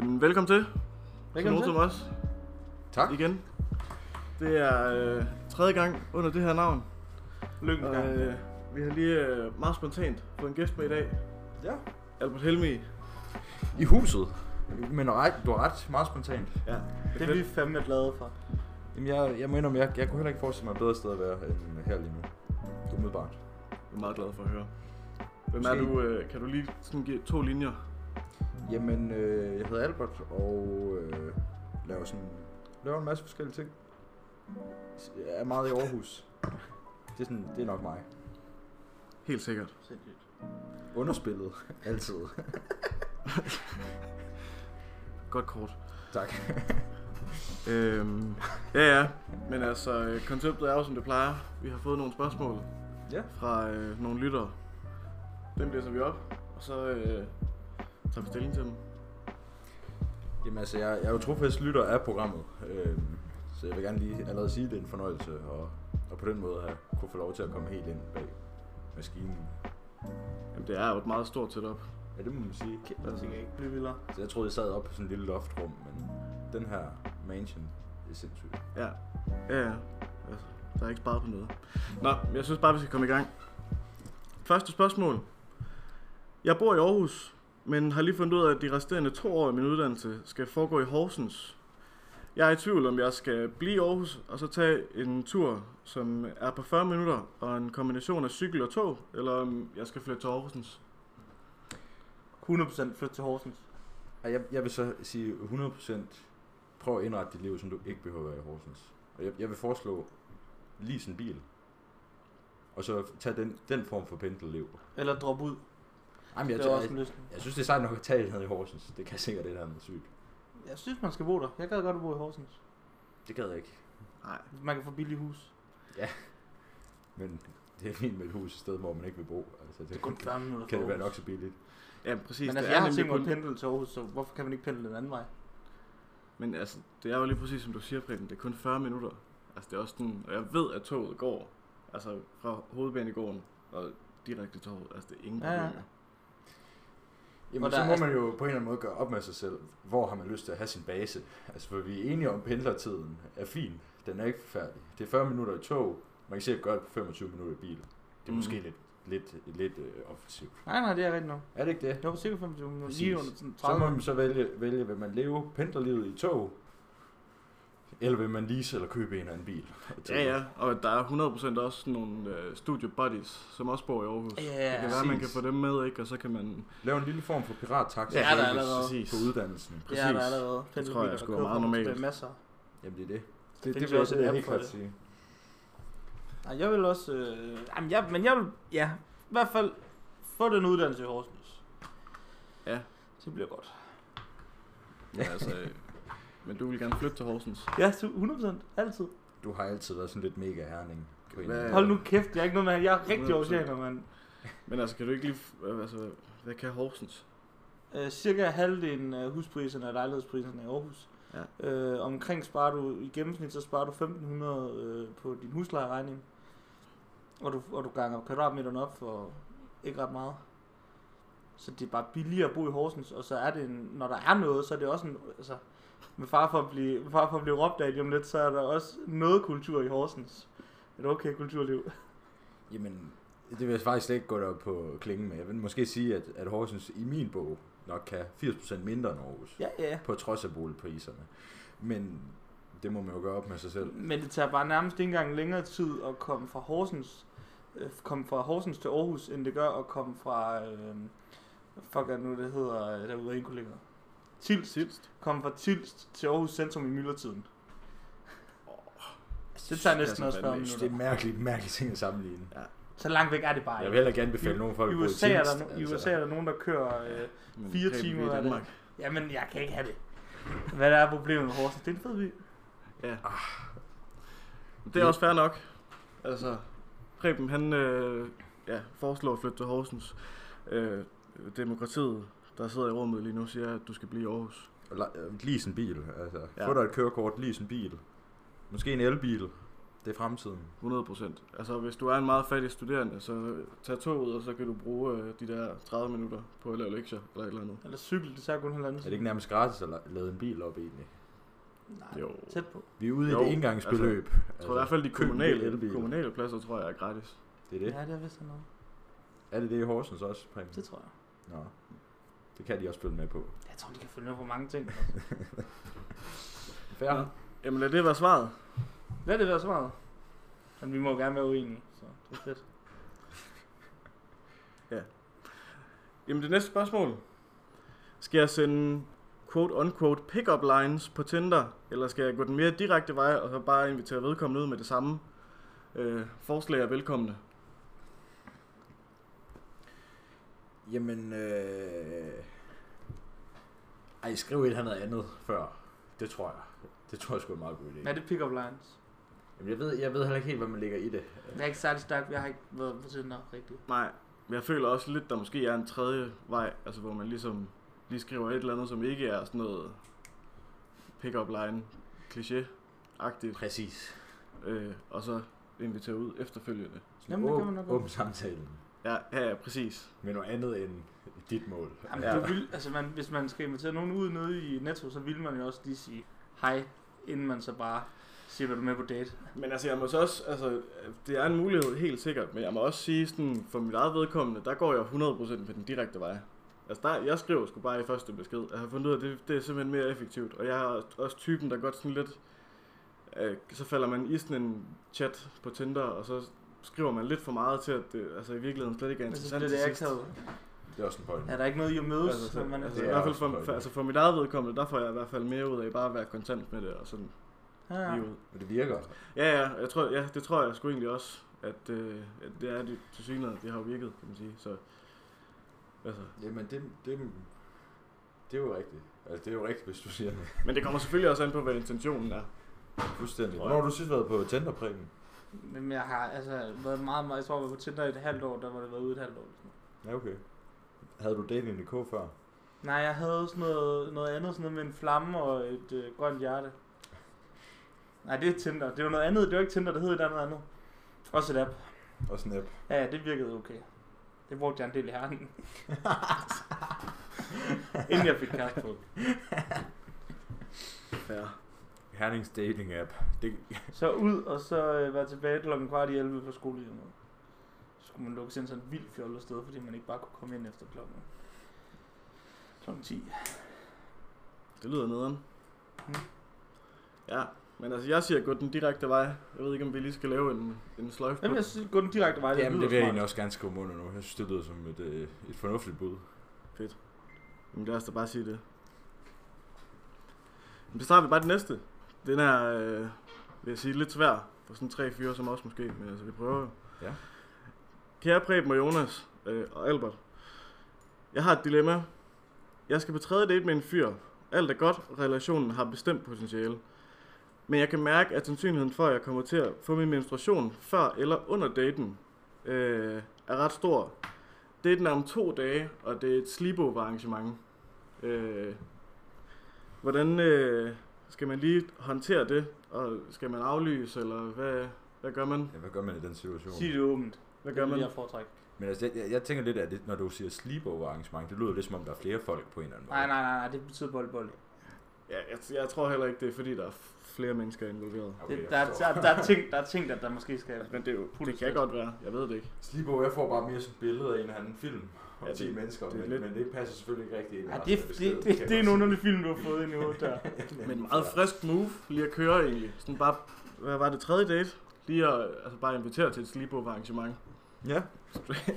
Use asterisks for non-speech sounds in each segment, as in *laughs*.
Jamen, velkommen til. Velkommen til. Sonotomas Tak. igen. Det er øh, tredje gang under det her navn. Lykke Og, øh, vi har lige øh, meget spontant fået en gæst med i dag. Ja. Albert Helmi. I huset. Men ret, du har ret meget spontant. Ja, det er vi fandme glade for. Jamen, jeg, jeg mener, jeg, jeg kunne heller ikke forestille mig et bedre sted at være end her lige nu. Umiddelbart. Jeg er meget glad for at høre. Hvem er Måske. du? Øh, kan du lige sådan give to linjer? Jamen, øh, jeg hedder Albert, og øh, laver, sådan, laver en masse forskellige ting. Jeg er meget i Aarhus. Det er, sådan, det er nok mig. Helt sikkert. Sindssygt. Underspillet. *laughs* Altid. Godt kort. Tak. *laughs* Øhm, ja, ja. Men altså, øh, konceptet er jo, som det plejer. Vi har fået nogle spørgsmål Ja. fra øh, nogle lyttere. Dem læser vi op, og så øh, tager vi stilling til dem. Jamen altså, jeg, jeg er jo trofast lytter af programmet, øh, så jeg vil gerne lige allerede sige, at det er en fornøjelse, og, og på den måde at kunne få lov til at komme helt ind bag maskinen. Jamen, det er jo et meget stort setup. Ja, det må man sige. Der skal ikke blive vildere. Så jeg troede, jeg sad op på sådan et lille loftrum, men den her mansion er sindssygt. Ja, ja, ja. Altså, der er ikke sparet på noget. Nå, men jeg synes bare, vi skal komme i gang. Første spørgsmål. Jeg bor i Aarhus, men har lige fundet ud af, at de resterende to år af min uddannelse skal foregå i Horsens. Jeg er i tvivl, om jeg skal blive i Aarhus og så tage en tur, som er på 40 minutter, og en kombination af cykel og tog, eller om jeg skal flytte til Aarhusens. 100% flyt til Horsens. Og jeg, jeg vil så sige 100% prøv at indrette dit liv, som du ikke behøver at være i Horsens. Og jeg, jeg vil foreslå, lease en bil. Og så tag den, den form for pendlerliv. Eller drop ud. Jamen, jeg, det er jeg, også en jeg, løsning. jeg synes, det er sejt nok at tage ned i Horsens. Det kan sikkert det der med sygt. Jeg synes, man skal bo der. Jeg gad godt at bo i Horsens. Det gad jeg ikke. Nej, Man kan få billige hus. Men det er fint med et hus et sted, hvor man ikke vil bo. Altså, det, Det er kun 40 minutter kan fra det være nok Aarhus. så billigt. ja, præcis. Men det altså, er jeg har nemlig tænkt mig kun- at pendle til Aarhus, så hvorfor kan man ikke pendle den anden vej? Men altså, det er jo lige præcis som du siger, Preben, det er kun 40 minutter. Altså, det er også sådan, og jeg ved, at toget går, altså fra hovedbanegården og direkte til toget, altså det er ingen Ja, ja. problemer. Jamen, Hvor så der må er- man jo på en eller anden måde gøre op med sig selv, hvor har man lyst til at have sin base. Altså, for vi er enige om, at pendlertiden er fin. Den er ikke forfærdelig. Det er 40 minutter i tog. Man kan sikkert gøre det på 25 minutter i bil. Det Mm. er Mhm. måske lidt, lidt, lidt øh, offensivt. Nej, nej, det er rigtigt nok. Er det ikke det? Jeg var sikkert 25 minutter. Præcis. Lige under sådan Så 30 må man så vælge, vælge vil man leve pendlerlivet i tog, eller vil man lease eller købe en eller anden bil. Ja, ja, og der er 100% også sådan nogle øh, studio buddies, som også bor i Aarhus. Ja, det kan være, man kan præcis. få dem med, ikke? Og så kan man... Lav en lille form for pirattaxa Ja, der er service allerede. på uddannelsen. Det er der allerede. jeg Pendlerbiler, sgu er der kører meget rundt, normalt. der er Masser. Jamen, det er det. Det Det, det, findes vil jeg, også det en vil jeg app helt for klart det. sige. Nej, jeg vil også... Øh, jamen, jeg, men jeg vil... Ja, i hvert fald få den uddannelse i Horsens. Ja. Det bliver godt. Ja, altså, øh, men du vil gerne flytte til Horsens. Ja, så 100%. Altid. Du har altid været sådan lidt mega herning. På en Hvad- eller anden Hold nu måde. kæft, jeg er ikke noget med... Jeg er rigtig 100%. oceaner, mand. Men altså, kan du ikke lige... f- Øh, altså, hvad kan Horsens? Øh, cirka halvdelen af huspriserne og lejlighedspriserne i Aarhus. Ja. Øh, omkring sparer du... I gennemsnit, så sparer du 1.500 øh, på din huslejeregning. Og du, og du ganger kvadratmeterne op for ikke ret meget. Så det er bare billigere at bo i Horsens, og så er det, en, når der er noget, så er det også en, altså, med far for at blive, med far for at blive råbt af lige om lidt, så er der også noget kultur i Horsens. Et okay kulturliv. Jamen, det vil jeg faktisk slet ikke gå derop på klingen med. Jeg vil måske sige, at, at Horsens i min bog nok kan 80% mindre end Aarhus. Ja, ja. På trods af boligpriserne. Men det må man jo gøre op med sig selv. Men det tager bare nærmest ikke engang længere tid at komme fra Horsens, øh, komme fra Horsens til Aarhus, end det gør at komme fra, øh, fuck er det nu, det hedder, øh, derude af en kollega. Tilst. Sidst. Komme fra Tilst til Aarhus Centrum i myldretiden. Det tager næsten også 40 Det er minutter. mærkeligt, mærkeligt ting at sammenligne. Så langt væk er det bare Jeg vil ikke. heller gerne befale nogen folk I at bo USA, er Tilst, altså. der, no- I USA er der nogen, der kører... Øh, Men Fire kan vi timer i er det. Danmark. jamen, jeg kan ikke have det. Hvad er problemet med Horsens? Det er en fed by. Ja. Det er også fair nok. Altså, Preben, han øh, ja, foreslår at flytte til Horsens. Øh, demokratiet, der sidder i rummet lige nu, siger, at du skal blive i Aarhus. Og le- øh, Lease en bil. Altså. Ja. Få dig et kørekort, lease en bil. Måske en elbil. Det er fremtiden. 100 procent. Altså, hvis du er en meget fattig studerende, så tag toget, og så kan du bruge øh, de der 30 minutter på at lave lektier eller et eller andet. Eller cykel, det tager kun halvanden Er det ikke nærmest gratis at la- lade en bil op egentlig? Nej, Jo. tæt på. Vi er ude Jo, altså. i et engangsbeløb. Altså, Jeg tror i hvert fald, de køb en kommunale, elbil. kommunale pladser, tror jeg, er gratis. Det er det. Ja, det er vist sådan noget. Er det det i Horsens også, Preben? Det tror jeg. Nå. Det kan de også følge med på. Jeg tror, de kan følge med på mange ting. Fair. Ja. Jamen, lad det være svaret. Lad det være svaret. Men vi må jo gerne være uenige, så det er fedt. Jamen, det næste spørgsmål. Skal jeg sende quote-unquote pick-up lines på Tinder, eller skal jeg gå den mere direkte vej, og så bare invitere vedkommende ud med det samme øh, forslag af velkomne? Jamen, øh... Ej, skriv et eller andet andet før. Det tror jeg. Det tror jeg sgu er en meget god idé. Hvad er det pick-up lines? Jamen, jeg ved, jeg ved heller ikke helt, hvad man lægger i det. øh, Jeg er ikke særlig stærk, jeg har ikke været på Tinder rigtigt. Nej, men jeg føler også lidt, der måske er en tredje vej, altså hvor man ligesom lige skriver et eller andet, som ikke er sådan noget pick-up line, kliché-agtigt, Præcis. øh, og så invitere ud efterfølgende. Jamen, det kan man nok godt. Åbn samtalen Ja, ja, ja, præcis. med noget andet end dit mål. Jamen, ja. du vil, altså man, hvis man skal invitere nogen ud nede i Netto, så vil man jo også lige sige hej, inden man så bare siger, hvad du er med på date. Men altså, jeg må så også, altså, det er en mulighed helt sikkert, men jeg må også sige, sådan, for mit eget vedkommende, der går jeg 100% på den direkte vej. Altså, der, jeg skriver sgu bare i første besked. Jeg har fundet ud af, at det, det er simpelthen mere effektivt. Og jeg er også typen, der godt sådan lidt... Øh, så falder man i sådan en chat på Tinder, og så skriver man lidt for meget til, at det altså, i virkeligheden slet ikke er Men så interessant. bliver til det sidst. akavet. Det er også en point. Er der ikke noget i at mødes? Altså, så, når man, altså, det I er hvert fald også for, godt. for, altså for mit eget vedkommende, der får jeg i hvert fald mere ud af bare at være kontant med det og sådan ja. lige ud. Men det virker. Ja, ja, jeg tror, ja, det tror jeg sgu egentlig også, at, øh, at det er det, til synligheden, det har jo virket, kan man sige. Så, altså. Jamen, det, det, det er jo rigtigt. Altså, det er jo rigtigt, hvis du siger det. Men det kommer selvfølgelig også an på, hvad intentionen er. Fuldstændig. Tror jeg. Hvornår har du sidst været på tinder -præmien? Men jeg har altså været meget, meget, jeg tror, jeg var på Tinder i et halvt år, der var det været ude et halvt år. eller sådan noget. Ja, okay. Havde du dating.dk før? Nej, jeg havde sådan noget, noget andet, sådan noget med en flamme og et øh, grønt hjerte. Nej, det er Tinder. Det var noget andet. Det var ikke Tinder, det hed et andet andet. Også et app. Og Snap. Ja, ja, det virkede okay. Det brugte jeg en del i *laughs* herren. Inden jeg fik kæreste på. Ja. Hernings dating app. Det, Så ud, og så øh, være tilbage klokken kvart i 11 på skolehjemmet. Så skulle man lukke ind sådan et vildt fjollet sted, fordi man ikke bare kunne komme ind efter klokken, klokken 10. Det lyder nederen. Mm. Ja, men altså, jeg siger gå den direkte vej. Jeg ved ikke, om vi lige skal lave en, en sløjf på Jamen, jeg den. synes, gå den direkte vej. Jamen, lyder det vil jeg smart. egentlig også gerne skrive under nu. Jeg synes, det lyder som et, øh, et fornuftigt bud. Jamen, lad os da bare sige det. Men så starter vi bare det næste. Den er, øh, vil jeg sige, lidt svær for sådan tre fyre som os måske, men altså, vi prøver jo. Ja. Kære Preben og Jonas øh, og Albert, jeg har et dilemma. Jeg skal på tredje date med en fyr. Alt er godt, og relationen har bestemt potentiale. Men jeg kan mærke, at sandsynligheden for, at jeg kommer til at få min menstruation før eller under daten, øh, er ret stor. Daten er om to dage, og det er et sleepover arrangement. Øh, hvordan øh, skal man lige håndtere det? Og skal man aflyse, eller hvad, hvad gør man? Ja, hvad gør man i den situation? Sig det åbent. Hvad gør det er man? det, jeg foretrækker. Men altså, jeg- jeg, jeg tænker lidt, at det, når du siger sleepover arrangement, det lyder lidt som om, der er flere folk på en eller anden måde. Nej, nej, nej, nej, det betyder bold-bold. Ja, jeg, jeg tror heller ikke, det er fordi, der er flere mennesker involveret. Okay, Det, jeg der, er, forstår. der, der, er ting, der er ting, der, der måske skal... Men det, er jo, det kan Fuldstændig. godt være. Jeg ved det ikke. Sleepover, jeg får bare mere sådan et billede af en eller anden film Ja, om ja, det- 10 mennesker, det er men, lidt- men det passer selvfølgelig ikke rigtigt ind. i Ja, resten det, af det, beskeden, det, kan det, jeg det er en godt underlig film, du har fået ind i hovedet der. sige. Men meget frisk move lige at køre egentlig. Sådan bare, hvad var det, tredje date? Lige at altså bare invitere til et sleepover arrangement. Ja.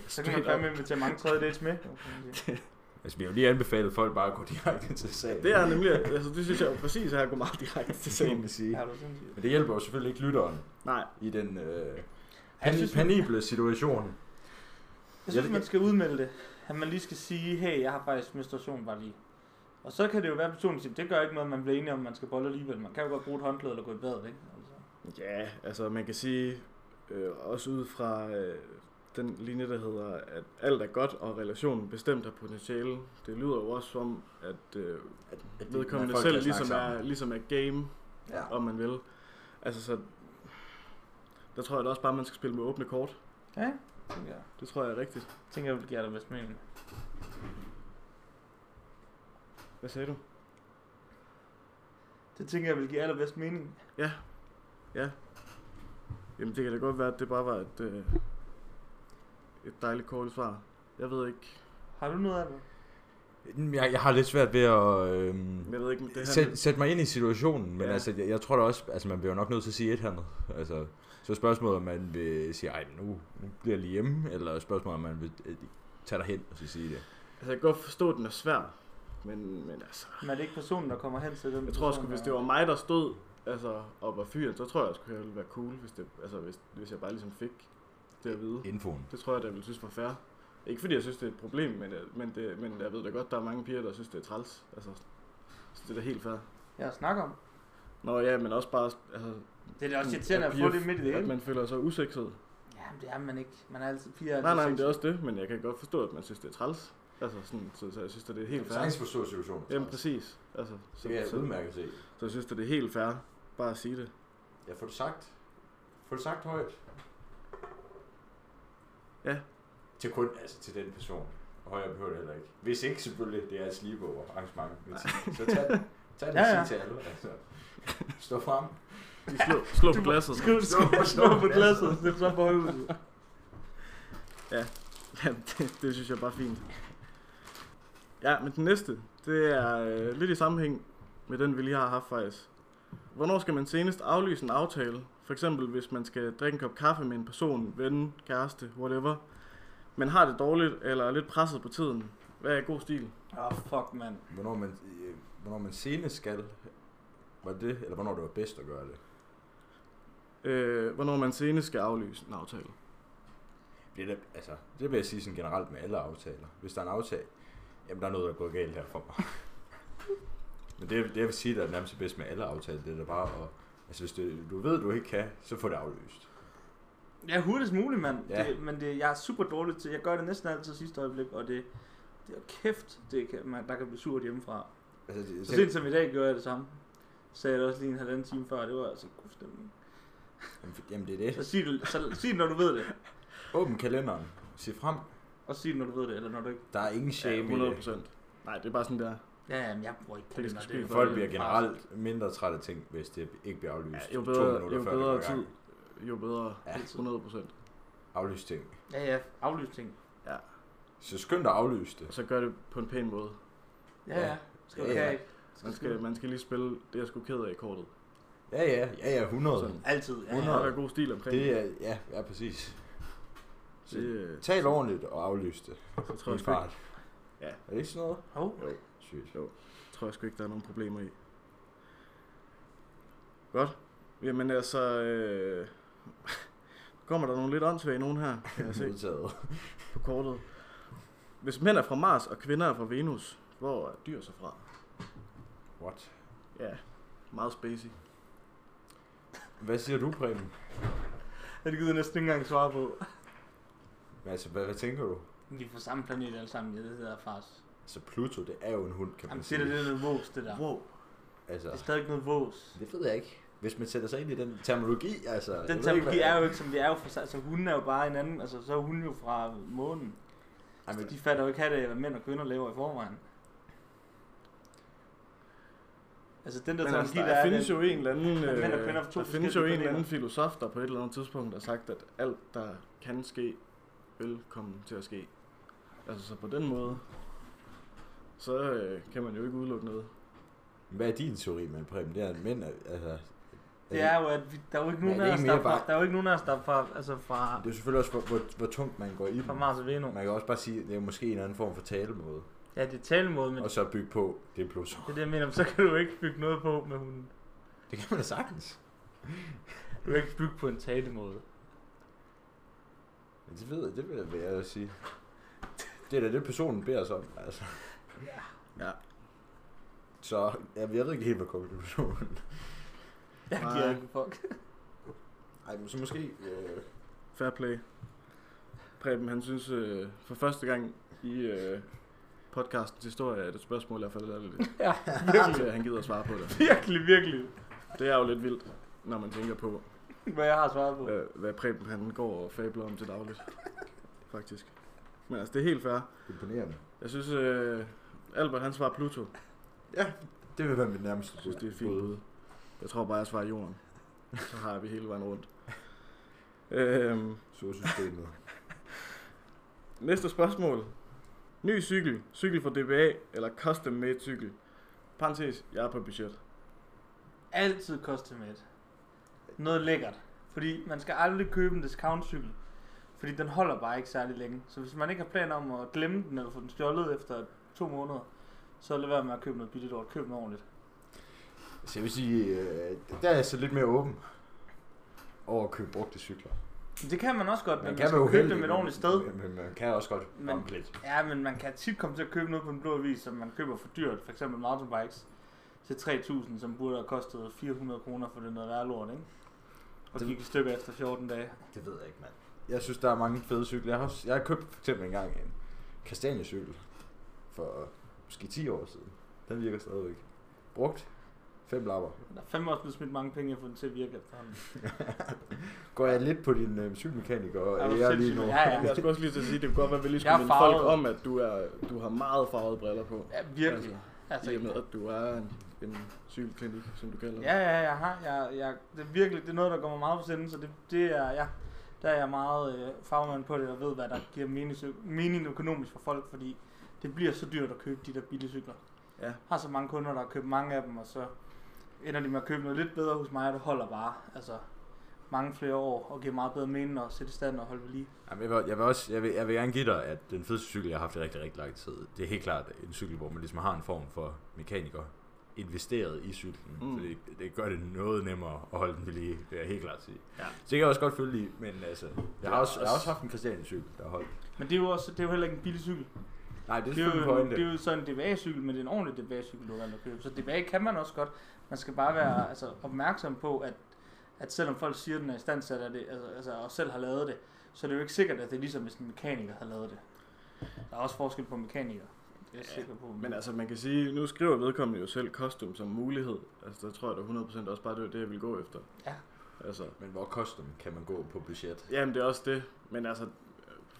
Så kan man fandme invitere mange tredje dates med. jo, kan man sige. Altså, vi har jo lige anbefalet folk bare at gå direkte til *laughs* sagen. Det er nemlig, altså det synes jeg jo præcis er at gå meget direkte til det, må sagen. man sige. Ja, du er sindssyg. Men det hjælper jo selvfølgelig ikke lytteren Nej, i den øh, Jeg pan- synes, panible situation. Jeg synes, man skal udmelde det. At man lige skal sige, hey, jeg har faktisk menstruation bare lige. Og så kan det jo være, at personen siger, det gør ikke noget, man bliver enige om, man skal bolle alligevel. Man kan jo godt bruge et håndklæde eller gå i badet, ikke? Altså. Ja, altså man kan sige, øh, også ud fra øh, den linje, der hedder, at alt er godt, og relationen bestemt har potentiale. Det lyder jo også som, at øh, At, at de- vedkommende ligesom folk selv kan snakke ligesom er, sammen. ligesom er game, Ja. om man vil. Altså så, Der tror jeg da også bare, man skal spille med åbne kort. Ja, tænker jeg. Det tror jeg er rigtigt. Tænker jeg, vil give dig bedst mening. Hvad sagde du? Det tænker jeg vil give allerbedst mening. Jamen det kan da godt være, at det bare var et, øh, et dejligt kort svar. Jeg ved ikke, Har du noget af det? Jeg, jeg har lidt svært ved at... Øhm, jeg ved ikke, om det her... Sæt, sæt mig ind i situationen, men Ja. ja. altså, jeg, jeg tror da også, altså man bliver jo nok nødt til at sige et andet. Altså, så er spørgsmålet, om man vil sige, ej, nu, nu bliver jeg lige hjemme, eller spørgsmålet, om man vil øh, tage dig hen og så sige det. Altså jeg kan godt forstå, at den er svær, men, men altså... Men er det ikke personen, der kommer hen til den? Jeg tror sgu, person, hvis der- det var mig, der stod altså, og var fyren, så tror jeg, at jeg ville være cool, hvis, det, altså, hvis, hvis jeg bare ligesom fik det at vide. Infoen. Det tror jeg, der ville synes var fair. Ikke fordi jeg synes, det er et problem, men, øh, men, det, men jeg ved da godt, der er mange piger, der synes, det er træls. Altså, så det er da helt fair. Jeg snakker om. Nå ja, men også bare... Altså, Det er da også Mm, irriterende at at få piger- det midt i det at hele. man føler sig usikset. Jamen, det er man ikke. Man er altid piger. er Nej, altid nej, men det er sexet. også det, men jeg kan godt forstå, at man synes, det er træls. Altså, sådan, så, så jeg synes, at det er helt fair. forstå situationen. Jamen, præcis. Altså, så, så, se. så jeg synes, at det er helt fair bare at sige det. Jeg får det sagt. Får det sagt højt. Ja. Til kun, altså til den person. Højere behøver det heller ikke. Hvis ikke selvfølgelig, det er et sleepover arrangement. Men så tag den. *laughs* Tag den og Ja, ja. til alle. Altså. Stå frem. De slå, slå på *laughs* Du- glasset. *laughs* Skriv, skriv, slå på glasset, det er så på højhuset. Ja, *laughs* det, det synes jeg er bare fint. Ja, men den næste, det er øh, lidt i sammenhæng med den, vi lige har haft faktisk. Hvornår skal man senest aflyse en aftale? For eksempel, hvis man skal drikke en kop kaffe med en person, ven, kæreste, whatever. Man har det dårligt eller er lidt presset på tiden. Hvad er god stil? Åh, oh, fuck, mand. Hvornår man, øh, hvornår man senest skal, var det, eller hvornår det var bedst at gøre det? Øh, hvornår man senest skal aflyse en aftale. Det, er da- altså, det vil jeg sige sådan generelt med alle aftaler. Hvis der er en aftale, jamen der er noget, der er gået galt her for mig. *laughs* Men det, det jeg vil sige, der er nærmest bedst med alle aftaler, det er da bare at, altså hvis det, du ved, du ikke kan, så få det aflyst. Ja, hurtigst muligt, mand. Ja. Ja. Det, men det, jeg er super dårlig til, jeg gør det næsten altid sidste øjeblik, og det, det er kæft, det kan, man, der kan blive surt hjemmefra. Altså, det, Så sent som i dag gør jeg det samme. Sagde jeg det også lige en halvanden time før, det var altså god stemning. jamen, jamen det er Så det. sig det, så, sig det, når du ved det. Åbn kalenderen. Se frem. Og sig det, når du ved det, eller når du ikke... Der er ingen shame Ja, i 100 det. procent. Nej, det er bare sådan der. Ja, ja, men jeg bruger ikke kalender. skal ske. Folk bliver generelt mindre trætte af ting, hvis det ikke bliver aflyst. Ja, jo to bedre, minutter jo før det går bedre i tid, gang. jo bedre. Ja. 100 procent. Aflyst ting. Ja, ja, aflyst ting. Så skynd dig at aflyse det. Og så gør det på en pæn måde. Ja, Ja. ja. Skal du Ja, ja. ja, ja. Skal Man skal, man skal lige spille det, jeg skulle ked af i kortet. Ja, ja, ja, ja, 100. Sådan. Altid, ja. Ja, ja. der er god stil omkring det. Det er, ja, ja, præcis. Så Det, øh, tal ordentligt og aflys det. så tror Min jeg, sgu ikke, fart. Ja. Er det ikke sådan noget? Hov. Jo. Sygt. tror jeg sgu ikke, der er nogen problemer i. Godt. Jamen altså, øh, *laughs* kommer der nogle lidt åndssvage nogen her, kan jeg *laughs* se Modtaget. på kortet. Hvis mænd er fra Mars og kvinder er fra Venus, hvor er dyr så fra? What? Ja, meget spacey. Hvad siger du, Preben? Ja, det gider jeg næsten ikke engang svare på. Men altså, hvad, hvad tænker du? Vi er fra samme planet alle sammen, jeg hedder Fars. Altså, Pluto, det er jo en hund, kan man Jamen, det sige. er da det, der vås, det der. Wow. Altså, Det er stadig noget vås. det ved jeg ikke. Hvis man sætter sig ind i den terminologi, altså... jeg ved Den ikke, terminologi hvad- er jo ikke, som det er jo fra Altså, hunden er jo bare en anden. Altså, så er hunden jo fra månen. Altså, Ej, men, De fatter jo ikke af det, hvad mænd og kvinder laver i forvejen. Altså, den der Men altså, terminologi, der, der, er... findes den- jo en eller anden, at øh, mænd og kvinder er på to der findes jo en forskellige eller anden planeter. filosof, der på et eller andet tidspunkt har sagt, at alt, der kan ske, vil komme til at ske. Altså, så på den måde, så øh, kan man jo ikke udelukke noget. hvad er din teori med Preben? Det er, at mænd er, altså... Det er jo, at vi, der er jo ikke Men er nogen det af os, ikke der er mere fra, bare- der er jo ikke nogen af os, der er fra, altså fra, Det er jo selvfølgelig også, hvor, hvor, hvor tungt man går i fra den. Mars og Venus. Man kan også bare sige, at det er måske en eller anden form for talemåde. Ja, det er talemåde, men Og så bygge på, det er Pluto. det er det, jeg mener, men så kan du jo ikke bygge noget på med hunden. Det kan man da sagtens. Du kan ikke bygge på en talemåde. Men det ved jeg, det vil jeg, vil jeg jo sige. Det er da det, personen beder os om, altså. Ja. Så ja, jeg ved ikke helt, hvad konklusionen Jeg Nej. giver ikke en fuck. Ej, men så måske... Øh, Fair play. Preben, han synes øh, for første gang i øh, podcastens historie, at et spørgsmål er faldet *laughs* lidt. Ja, Virkelig, at han gider at svare på det. virkelig, virkelig. Det er jo lidt vildt, når man tænker på, Hvad jeg har svaret på. hvad, hvad Preben han går og fabler om til dagligt. Faktisk. Men altså, det er helt fair. Imponerende. Jeg synes, øh, Albert han svarer Pluto. Ja, det vil være mit nærmeste Jeg synes, det er et fint bud. Jeg tror bare, jeg svarer jorden. Så har vi hele vejen rundt. Øhm, Sursystemet. næste spørgsmål. Ny cykel, cykel fra DBA eller custom made cykel? Parenthes, jeg er på budget. Altid custom made. Noget lækkert. Fordi man skal aldrig købe en discountcykel. Fordi den holder bare ikke særlig længe. Så hvis man ikke har planer om at glemme den eller få den stjålet efter to måneder, så lad være med at købe noget billigt lort. Køb den ordentligt. Så jeg vil sige, øh, der er jeg så lidt mere åben over at købe brugte cykler. Men det kan man også godt, men man, kan skal være købe uheldig, dem et men- ordentligt sted. Men, men man kan også godt Men- men... ramme lidt. Ja, men man kan tit komme til at købe noget på en blå avis, som man køber for dyrt. For eksempel mountainbikes til 3.000, som burde have kostet 400 kroner for det noget værre lort, ikke? Og Det- gik i stykker efter 14 dage. Det ved jeg ikke, mand. Jeg synes, der er mange fede cykler. Jeg har, også- jeg har købt for eksempel engang en kastanjecykel for måske 10 år siden. Den virker stadigvæk. Brugt. Fem lapper. Der er fandme også blevet smidt mange penge, jeg får den til at virke efterhånden. Går jeg lidt på din øh, cykelmekaniker og Er du ære lige sindssyg, nu? mand? Ja, ja. Jeg skulle også lige til at sige, det kunne godt være, at vi lige Jeg skulle er minde folk farvet. om, at du, er, du har meget farvede briller på. Ja, virkelig. Altså, i og med, at du er en, en cykelklinik, som du kalder det. ja, ja, jeg har. Jeg, jeg, det er virkelig, det er noget, der går mig meget på sinde, så det, det er, ja, der er jeg meget øh, fagmand på det, og ved, hvad der giver mening, mening økonomisk for folk, fordi det bliver så dyrt at købe de der billige cykler. Ja. har så mange kunder, der har købt mange af dem, og så ender de med at købe noget lidt bedre hos mig, og det holder bare altså, mange flere år, og giver meget bedre mening at sætte i stand og holde ved lige. Jamen, jeg, vil, jeg, vil også, jeg, vil, jeg vil gerne give dig, at den fedeste cykel, jeg har haft i rigtig, rigtig lang tid, det er helt klart en cykel, hvor man ligesom har en form for mekaniker investeret i cyklen. Mm. Mm. Så det, det, gør det noget nemmere at holde den ved lige, vil jeg helt klart sige. Ja. Så det kan jeg også godt følge i, men altså... Jeg har, også, jeg har også haft en kastanjecykel, der holdt. Men det er jo, også, det er jo heller ikke en billig cykel. Nej, det er Det er, selvfølgelig en jo, en- pointe. det er jo så en DBA-cykel, men det er en ordentlig DBA-cykel, du kan købe. Så DBA kan man også godt. Man skal bare være altså, opmærksom på, at, at selvom folk siger, at den er i stand til det, altså, altså, og selv har lavet det, så er det jo ikke sikkert, at det er ligesom, hvis en mekaniker har lavet det. Der er også forskel på mekanikere. Det er jeg Ja, sikker på. Men altså, man kan sige, nu skriver vedkommende jo selv custom som mulighed. Altså, der tror jeg da 100% også bare, det var det, jeg ville gå efter. Ja. Altså, Men hvor custom kan man gå på budget? jamen, det er også det. Men altså,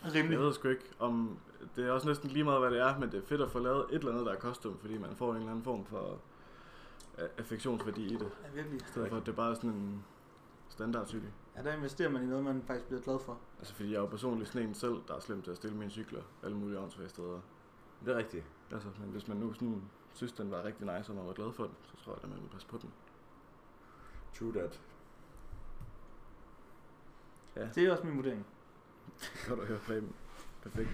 jeg Rimelig. ved sgu ikke, om det er også næsten lige meget, hvad det er, men det er fedt at få lavet et eller andet, der er custom, fordi man får en eller anden form for øh, affektionsværdi i det. Ja, virkelig. I stedet for, at det bare er sådan en standardcykel. Ja, der investerer man i noget, man faktisk bliver glad for. Altså, fordi jeg er jo personligt sådan en selv, der er slem til at stille mine cykler alle mulige åndssvage steder. Det er rigtigt. Altså, men hvis man nu sådan synes, den var rigtig nice, og man var glad for den, så tror jeg, at man vil passe på den. True that. Det er også min vurdering. Godt at høre Preben. Perfekt.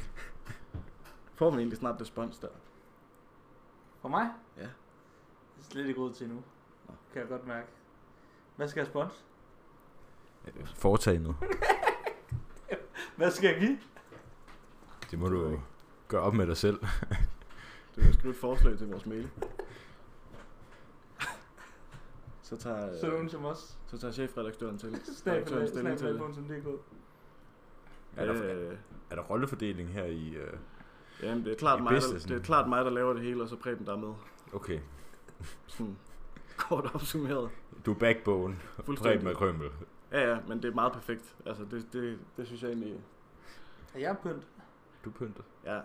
Får man egentlig snart respons der? For mig? Ja. Det er slet ikke ud til endnu. Nå. Kan jeg godt mærke. Hvad skal jeg spons? *laughs* Foretagendet. Hvad skal jeg give? Det må du gøre op med dig selv. Du kan skrive et forslag til vores mail. Så tager, Så nogen øh, som os. så tager chefredaktøren *laughs* til. Redaktøren stilling til det. Snabel.dk Er der, Øh, er der rollefordeling her i... øh, jamen, det er, klart I mig, der, businessen. det er klart mig, der laver det hele, og så Preben, der er med. Okay, Sådan *laughs* kort opsummeret. du er backbone. Præb med Fuldstændig. krømmel. Ja, ja, men det er meget perfekt. Altså, det, det, det synes jeg egentlig... Er jeg pynt? Du pynter. Ja.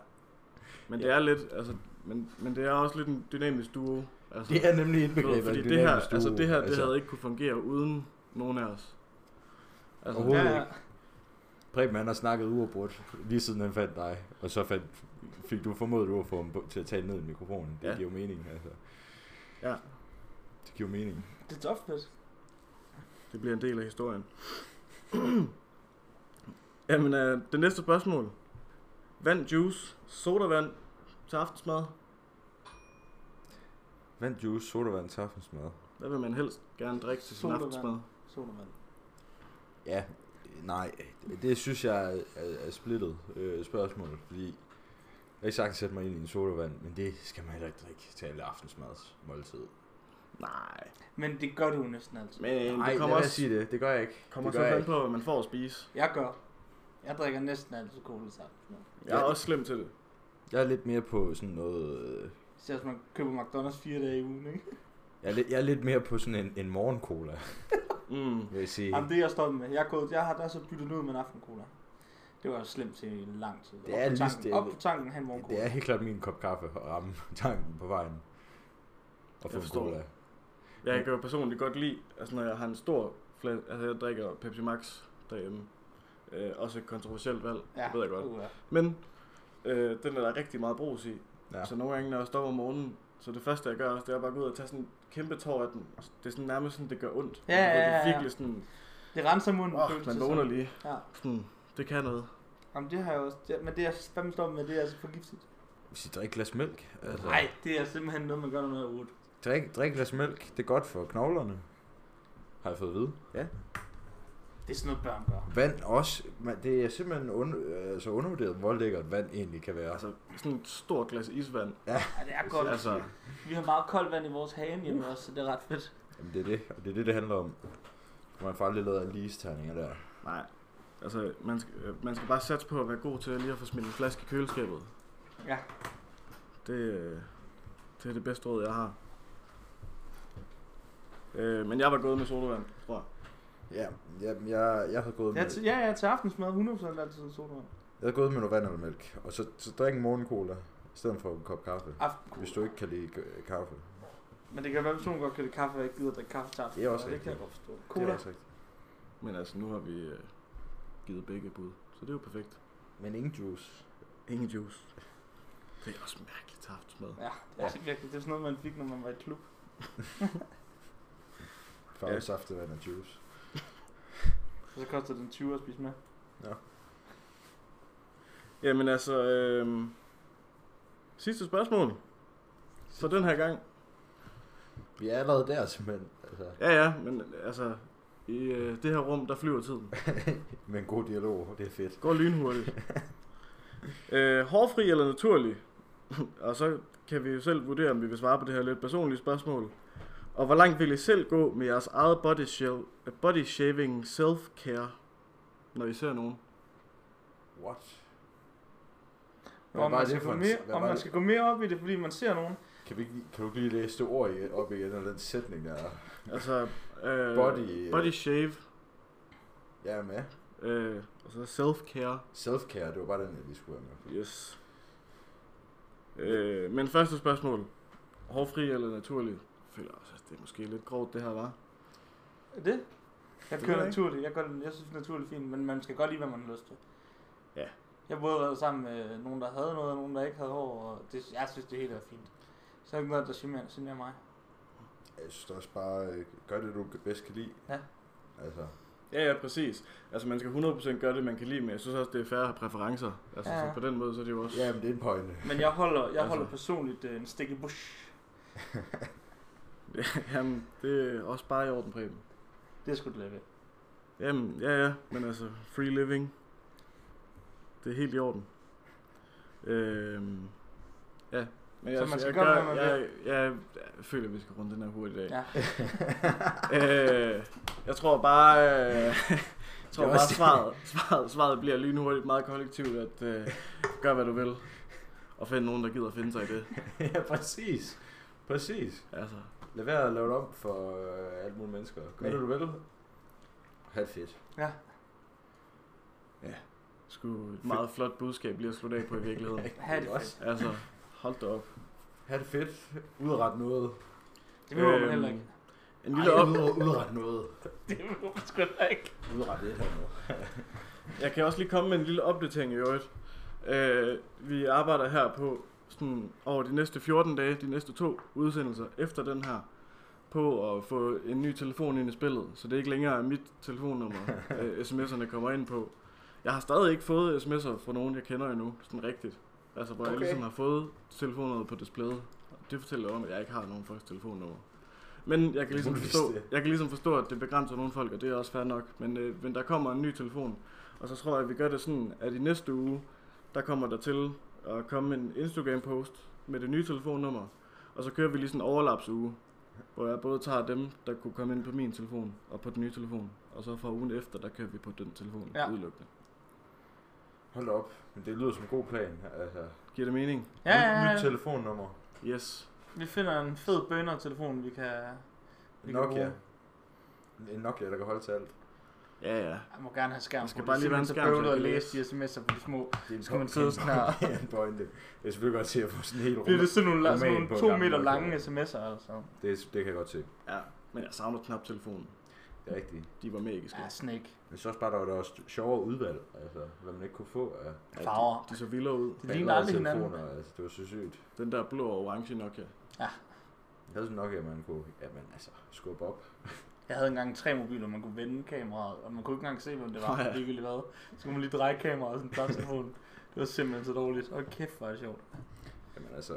Men det er lidt, altså, men, men det er også lidt en dynamisk duo. Altså, Det er nemlig Du ved, indbegrebet. fordi det her, altså det her, det havde ikke kunne fungere uden nogen af os. Altså, Overhovedet Ja, ja. Preben han har snakket uafbrudt, lige siden han fandt dig, og så fandt, fik du formodet du at få ham på- til at tale ned i mikrofonen. Det Ja. ja. giver jo mening, altså. Ja. Det giver jo mening. Det er tough, Pet. det bliver en del af historien. *clears throat* Jamen, øh, det næste spørgsmål. Vand, juice, sodavand til aftensmad. Vand, juice, sodavand, taffensmad. Hvad vil man helst gerne drikke til sin Sodavand. aftensmad? Sodavand. Ja, øh, nej, det, det synes jeg er, er, er splittet øh, spørgsmål, fordi jeg kan ikke sagtens sætte mig ind i en sodavand, men det skal man heller ikke drikke til alle aftensmads måltid. Nej, Men det gør du jo næsten altid. men Nej, det lad kommer være også at sige det. Det gør jeg ikke. kommer det så gør jeg an ikke. på, hvad man får at spise. Jeg gør. Jeg drikker næsten altid cola sammen. Jeg er Ja. også slem til det. Jeg er lidt mere på sådan noget... Øh, Det er som man køber McDonald's fire dage i ugen, ikke? jeg, er lidt, jeg er lidt mere på sådan en, en morgencola. Mm. vil jeg sige. Jamen, det er jeg stolt med. Jeg, er gået, jeg har der så byttet den ud med en aftencola. Det var slemt til i lang tid. Det Op er på lige tanken- stille. Op på tanken, han var en Det cola. er helt klart min kop kaffe at ramme tanken på vejen. Og få en forstår. cola. Jeg kan jo personligt godt lide, altså når jeg har en stor flaske, altså jeg drikker Pepsi Max derhjemme. Øh, også et kontroversielt valg, ja. det ved jeg godt. Uh, Men øh, den er der rigtig meget brus i. Ja. Ja. Så nogle gange, når jeg står om morgenen, så det første, jeg gør også, det er bare at gå ud og tage sådan en kæmpe tår af den. Altså, Det er sådan nærmest sådan, det gør ondt. Altså, Ja, ja, Det ja, er ja. virkelig sådan, det renser munden. åh, føles man det vågner som. lige. Ja. Sådan, det kan noget. Jamen, det har jeg også. Det, men det er fandme stolt med, det er altså for giftigt. Hvis I drikker et glas mælk. Altså, Nej, det er simpelthen noget, man gør noget ud. Drik, drik et glas mælk. Det er godt for knoglerne. Har jeg fået at vide? Det er sådan noget, børn gør. Vand også. Man, det er simpelthen un, øh, så undervurderet, hvor lækkert vand egentlig kan være. Altså, sådan et stort glas isvand. Ja, det er godt. Altså, Vi har meget koldt vand i vores have hjemme også, så det er ret fedt. Jamen, det er det. Og det er det, det handler om. Man får aldrig lavet alle ligesterninger der. nej. Altså, man skal, øh, man skal bare satse på at være god til lige at få smidt en flaske i køleskabet. Ja. Det, øh, det er det bedste råd, jeg har. Øh, men jeg var gået med sodavand, tror jeg. Ja, jamen, jeg, jeg har gået med, Ja, til, ja, ja, til aftensmad 100% altid sodavand. jeg har gået med noget vand eller mælk. Og så, så drik en morgencola, i stedet for en kop kaffe. Hvis Aftenkola. du ikke kan lide øh, kaffe. Men det kan være, at personen godt kan lide kaffe, og ikke gider at drikke kaffe til aftensmad. Det er også Det kan rigtigt. jeg godt forstå. Det er Cola. også rigtigt. Men altså, nu har vi øh, givet begge bud, så det er jo perfekt. Men ingen juice. Ingen juice. Det er også mærkeligt til aftensmad. Ja, det er altså virkelig. Det er sådan noget, man fik, når man var i klub. Farvet ja. saftevand og juice. Og så koster den 20 at spise med. Jamen altså, øh, sidste spørgsmål for den her gang. Vi er allerede der simpelthen. Altså, Ja, ja, men altså, i øh, det her rum, der flyver tiden. med en god dialog. Det er fedt. Går lynhurtigt. *laughs* øh, hårfri eller naturlig? Og så kan vi jo selv vurdere, om vi vil svare på det her lidt personlige spørgsmål. Og hvor langt vil I selv gå med jeres eget body, shell, body shaving self-care, når I ser nogen? What? Hvad Om var man, det skal for gå en- mere, hvad om var man det? skal gå mere op i det, fordi man ser nogen. Kan, vi ikke, lige- kan du ikke lige læse det ord i- op igen, eller den sætning der? Altså, øh, Body, øh, body shave, Jeg er med. øh, og så self-care. Selfcare, det var bare den, jeg lige skulle have med. Yes. Øh, men første spørgsmål. Hårfri eller naturlig? Jeg føler også, at det er måske lidt grovt, det her, var. Er det? Jeg Det ved kører jeg ikke. naturligt. Jeg, gør, det- jeg synes naturligt fint, men man skal godt lide, hvad man har lyst til. Ja. Jeg har både været sammen med nogen, der havde noget, og nogen, der ikke havde hår, og det, jeg synes, det hele er fint. Så er der ikke noget, der generer, generer mig. Jeg synes også bare, øh, gør det, du bedst kan lide. Ja. Altså, Ja, ja, præcis. Altså, man skal 100% gøre det, man kan lide, men jeg synes også, det er fair at have præferencer. Altså, Ja. ja. så på den måde, så er det jo også... ja, men det er en pointe. Men jeg holder, jeg Altså. holder personligt øh, en stik i bush. *laughs* Jamen, det er også bare i orden, Preben. Det er sgu det lave. Jamen, ja, ja, men altså, free living. Det er helt i orden. Øhm, ja. Men Så jeg, man jeg, skal gøre, gør, hvad man jeg, jeg, jeg, føler, vi skal runde den her hurtigt af. Ja. øh, jeg tror bare, øh, *laughs* jeg tror Det er bare også- svaret, svaret, svaret bliver lynhurtigt meget kollektivt, at øh, gør hvad du vil, og find nogen, der gider finde sig i det. *laughs* ja, præcis. Præcis. Altså, Lad være at lave det om for øh, alle mulige mennesker. Gør Ja. det, du vil. Ha' det fedt. sgu et meget flot budskab lige at slutte af på i virkeligheden. Ha' det fedt. også. Altså, hold da op. Ha' det fedt. Udret noget. Det behøver man Øhm, heller ikke. En lille op. ud, udret noget. Det behøver man sgu heller ikke. Udret det her noget. Jeg kan også lige komme med en lille opdatering i øvrigt. Øh, vi arbejder her på sådan, over de næste 14 dage, de næste to udsendelser efter den her, på at få en ny telefon ind i spillet, så det er ikke længere er mit telefonnummer, øh, sms'erne kommer ind på. Jeg har stadig ikke fået sms'er fra nogen, jeg kender endnu, sådan rigtigt. Altså, hvor okay. jeg Okay. ligesom har fået telefonnummeret på displayet. Og Det fortæller jo om, at jeg ikke har nogen folks telefonnummer. Men jeg kan, ligesom Muligvis forstå, det. jeg kan ligesom forstå, at det begrænser nogle folk, og det er også fair nok. Men, øh, men der kommer en ny telefon, og så tror jeg, at vi gør det sådan, at i næste uge, der kommer der til at komme en Instagram-post med det nye telefonnummer, og så kører vi lige sådan en overlapsuge, hvor jeg både tager dem, der kunne komme ind på min telefon og på den nye telefon, og så fra ugen efter, der kører vi på den telefon Ja. ja. udelukkende. Hold da op. Men det lyder som en god plan. Altså, Giver det mening? Ja, ja, nyt, nyt ja. telefonnummer. Yes. Vi finder en fed bønner-telefon, vi kan... Vi kan Nokia. bruge. en Nokia, der kan holde til alt. Ja, ja. Jeg må gerne have skærm Der skal på. bare Det er lige være en simpelthen skærm, så bøvlet så at jeg kan læse de sms'er på de små. Det er en Så kan man sidde sådan her. *laughs* Det er en pointe. Jeg er selvfølgelig godt se at få sådan en helt Bliver det sådan nogle, sådan Roman nogle på to gammel meter Nokia. lange sms'er altså. Det, det kan jeg godt se. Ja, men jeg savner knaptelefonen. Det er rigtigt. De var magiske. Ja, snake. Men så også bare, der var der også sjovere udvalg, altså, hvad man ikke kunne få af Farver. De så vildere ud. Det ligner aldrig telefoner, hinanden. Altså, det var så sygt. Den der blå og orange Nokia. Jeg havde sådan nok, at man kunne ja, men, altså, skubbe op. Jeg havde engang tre mobiler, man kunne vende kameraet, og man kunne ikke engang se, hvem det var, Nå ja. ja. ligegyldigt hvad. Så kunne man lige dreje kameraet og sådan klappe telefonen. Det var simpelthen så dårligt. Og kæft, hvor er det sjovt. Jamen, altså,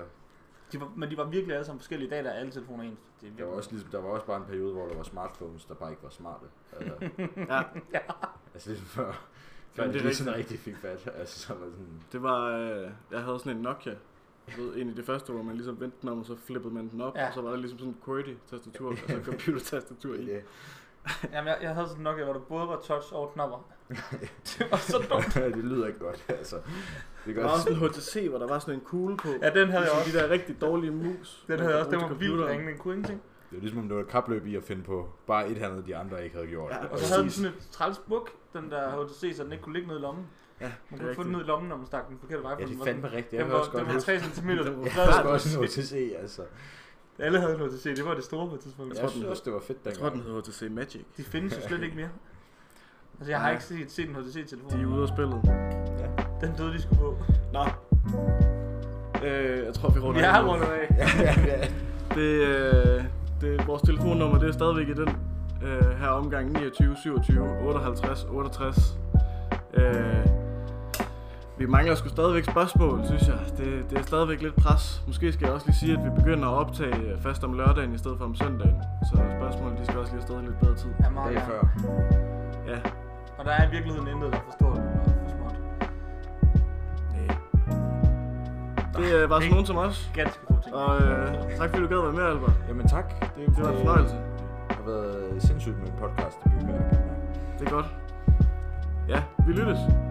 De var, men de var virkelig alle sammen forskellige. I dag der er alle telefoner ens. Det der, er virkelig. var også, ligesom, der var også bare en periode, hvor der var smartphones, der bare ikke var smarte. Altså, *laughs* Ja, *laughs* altså ligesom før, før Jamen, det er det, det lige sådan rigtig fik fat. Altså, så var det sådan, det var... Øh, jeg havde sådan en Nokia. Du ved, en af de første, hvor man ligesom vendte den om, og så flippede man den op, Ja. ja. og så var der ligesom sådan en *laughs* QWERTY-tastatur, og så computertastatur i. det, *laughs* Yeah. det, Jamen, jeg, jeg havde sådan nok, hvor der både var touch og knapper. det var så dumt. *laughs* det lyder ikke godt, altså. Det Der gør var også en HTC, hvor der var sådan en kugle på. Ja, den havde jeg Ligesom også. De der rigtig dårlige mus. Den man havde jeg også. kunne Den var bruge til vildt computeren. ringe, den kunne ingenting. Det var ligesom, om det var et kapløb i at finde på bare et eller andet, de andre ikke havde gjort. Ja, Og så havde den sådan et træls buk, den der HTC, så den ikke kunne ligge ned i lommen. Ja, det Man er kunne få den rigtigt. ned i lommen, når man stak den forkerte vej. for Ja, det den er var fandme rigtigt. Jeg Den kan var, også godt den var huske. 3 cm. Jeg husker også noget til se, altså. Alle havde en HTC, det var det store på et tidspunkt. Jeg, jeg synes også, det var fedt Jeg tror, den dengang. hedder HTC Magic. De findes jo slet ikke mere. Altså, jeg har Nej. ikke set, set en HTC-telefon. De er ude af spillet. Den døde, de skulle på. Nå. Øh, jeg tror, vi runder Vi har af nu. rundet af. Det, øh, det, vores telefonnummer, det er stadigvæk i den øh, her omgang 29, 27, 58, 68. Øh, vi mangler sgu stadigvæk spørgsmål, synes jeg. Det, det er stadigvæk lidt pres. Måske skal jeg også lige sige, at vi begynder at optage øh, først om lørdagen i stedet for om søndagen. Så spørgsmålene, de skal også lige afsted i lidt bedre tid. Ja, meget Dag gerne. før. Ja, Og der er i virkeligheden intet, der er for stort og for småt. nej. Det øh, var sådan nogen som os. Ganske få ting. Og øh, tak fordi du gad at være med, Albert. Jamen tak. Det, Det var en fornøjelse. Det har været sindssygt med en podcast. Det bygger jeg. Det er godt. Ja, vi lyttes.